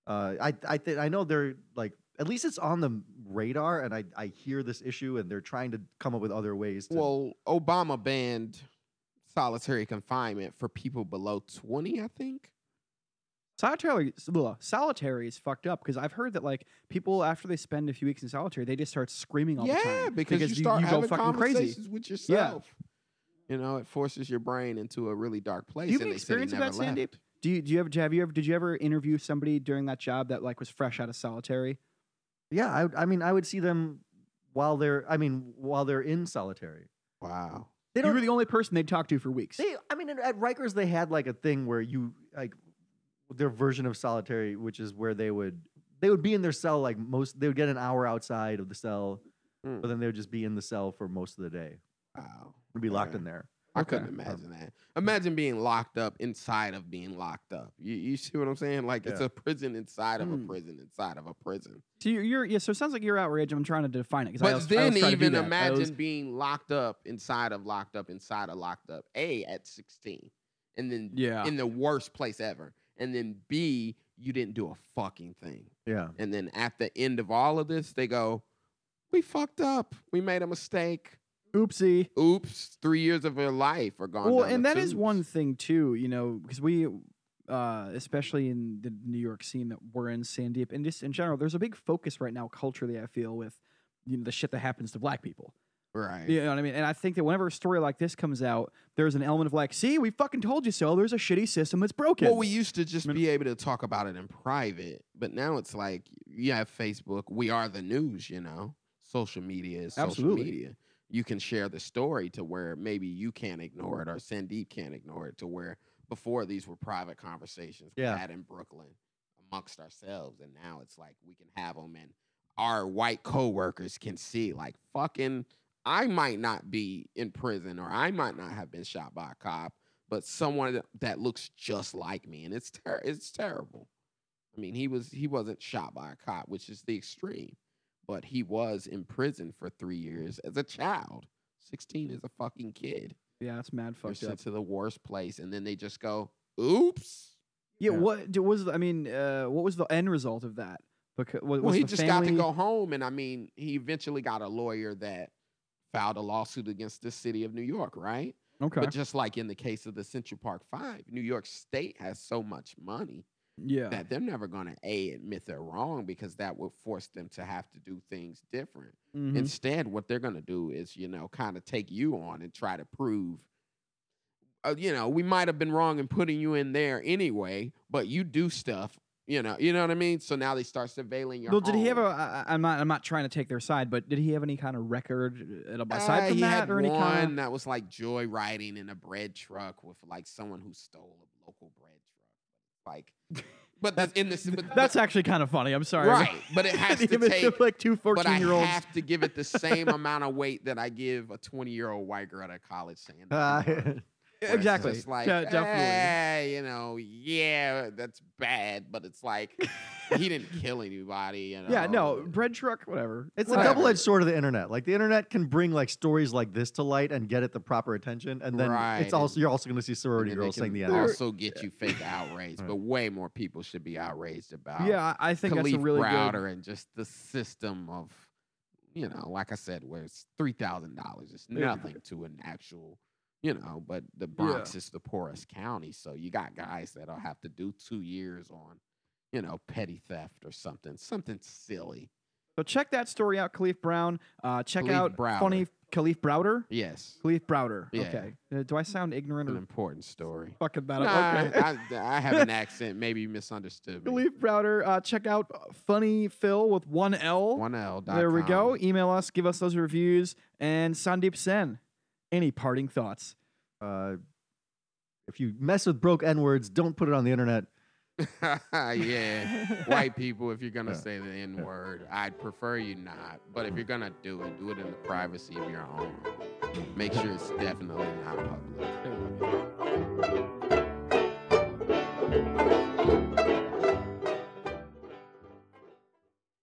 A: uh, I I think I know they're like at least it's on the radar, and I I hear this issue, and they're trying to come up with other ways. To,
C: Well, Obama banned solitary confinement for people below 20, I think.
B: Solitary, blah, solitary is fucked up because I've heard that like people after they spend a few weeks in solitary, they just start screaming all
C: yeah,
B: the time
C: because, you start
B: you go
C: having
B: fucking
C: conversations
B: crazy.
C: with yourself. You know, it forces your brain into a really dark place.
B: have
C: and
B: any
C: they said he
B: experience with
C: never
B: that, Sandeep?
C: left.
B: Do you do you ever have you ever did you ever interview somebody during that job that like was fresh out of solitary?
A: Yeah, I, I mean, I would see them while they're, I mean, while they're in solitary.
C: Wow.
A: They
B: you
A: don't.
B: were the only person they'd talk to for weeks.
A: they, I mean, at Rikers they had like a thing where you like their version of solitary, which is where they would they would be in their cell like most. They would get an hour outside of the cell,
C: Mm.
A: but then they would just be in the cell for most of the day.
C: Wow.
A: They'd be locked
C: Okay.
A: in there.
C: I
B: Okay.
C: couldn't imagine that. Imagine being locked up inside of being locked up. You, you see what I'm saying? Like it's
A: Yeah.
C: a prison inside of a
B: Mm.
C: prison inside of a prison.
B: So you're, you're yeah. So it sounds like you're outraged. I'm trying to define it. 'cause I
C: But
B: always- I
C: then
B: always try to do
C: even
B: that. I
C: imagine
B: always-
C: being locked up inside of locked up inside of locked up. A at 16, and then
B: yeah.
C: in the worst place ever, and then B you didn't do a fucking thing.
A: Yeah,
C: And then at the end of all of this, they go, "We fucked up. We made a mistake.
B: Oopsie.
C: Oops, three years of your life are gone."
B: Well,
C: down
B: and
C: the
B: that is
C: tubes."
B: one thing too, you know, because we, uh, especially in the New York scene that we're in, Sandeep, and just in general, there's a big focus right now culturally. I feel with you know the shit that happens to black people.
C: right.
B: You know what I mean? And I think that whenever a story like this comes out, there's an element of like, see, we fucking told you so. There's a shitty system that's broken.
C: Well, we used to just
B: Min-
C: be able to talk about it in private, but now it's like you have Facebook. We are the news, you know. Social media is social
B: Absolutely.
C: media. You can share the story to where maybe you can't ignore it or Sandeep can't ignore it to where before these were private conversations we
A: Yeah.
C: had in Brooklyn amongst ourselves, and now it's like we can have them and our white coworkers can see like fucking I might not be in prison or I might not have been shot by a cop, but someone that, that looks just like me, and it's ter- it's terrible. I mean, he was he wasn't shot by a cop, which is the extreme, but he was in prison for three years as a child. Sixteen is a fucking kid.
B: yeah, it's mad
C: You're
B: fucked up.
C: sent to the worst place, and then they just go, "Oops."
B: Yeah,
A: Yeah.
B: what d- was the- I mean? Uh, what was the end result of that? Because was,
C: Well,
B: was
C: he
B: the
C: just got to
B: family-
C: go home, and I mean, he eventually got a lawyer that filed a lawsuit against the city of New York, right?
B: Okay.
C: But just like in the case of the Central Park Five, New York State has so much money
B: yeah.
C: that they're never going to a admit they're wrong because that would force them to have to do things different.
B: Mhm.
C: Instead, what they're going to do is you know kind of take you on and try to prove. Uh, you know, we might have been wrong in putting you in there anyway, but you do stuff. You know, you know what I mean. So now they start surveilling your.
B: Well, did he have a?
C: home.
B: I, I- I'm not. I'm not trying to take their side, but did he have any kind of record at a,
C: Uh,
B: aside from
C: he
B: that
C: had
B: or any
C: one
B: kind? Of,
C: that was like joyriding in a bread truck with like someone who stole a local bread truck. Like, but that's in this. But,
B: that's
C: but,
B: actually kind of funny. I'm sorry.
C: right. But it has
B: The
C: to
B: image of,
C: take.
B: like two
C: But
B: 14
C: I
B: year olds.
C: have to give it the same amount of weight that I give a 20 year old white girl at college saying.
A: Uh,
C: that. Where
B: exactly.
C: It's just like,
B: De- definitely.
C: "Eh, you know, yeah, that's bad, but it's like he didn't kill anybody. You know?
B: Yeah. No. Bread truck. Whatever.
A: it's a
C: Whatever.
A: double edged sword of the internet. Like the internet can bring like stories like this to light and get it the proper attention, and then
C: Right.
A: it's also you're also going to see
C: And
A: sorority
C: then they
A: girls saying
C: can
A: the
B: There-
A: N
C: also get you fake outrage,
A: Right.
C: but way more people should be outraged about.
B: Yeah. I- I think
C: Uh, Khalif
B: that's a really
C: Browder
B: good.
C: and just the system of, you know, like I said, where it's three thousand dollars, it's
B: Yeah.
C: nothing to an actual, you know. But the Bronx is the poorest county, so you got guys that'll have to do two years on, you know, petty theft or something, something silly.
B: So check that story out, Khalif Brown. Uh, check
C: Khalif
B: out
C: Browder.
B: funny Khalif Browder.
C: Yes,
B: Khalif Browder.
C: Yeah.
B: Okay. Uh, do I sound ignorant
C: an
B: or
C: important story.
B: fucking that
C: Nah,
B: up? Uh, Okay.
C: I, I have an accent, maybe you misunderstood me.
B: Khalif Browder. Uh, check out Funny Phil with one L.
C: One L.
B: There we go. Email us, give us those reviews. And Sandeep Sen, any parting thoughts?
A: Uh, if you mess with broke N words, don't put it on the internet.
C: yeah. white people, if you're gonna
A: Yeah.
C: say the N word, I'd prefer you not. But if you're gonna do it, do it in the privacy of your own. Make sure it's definitely not public.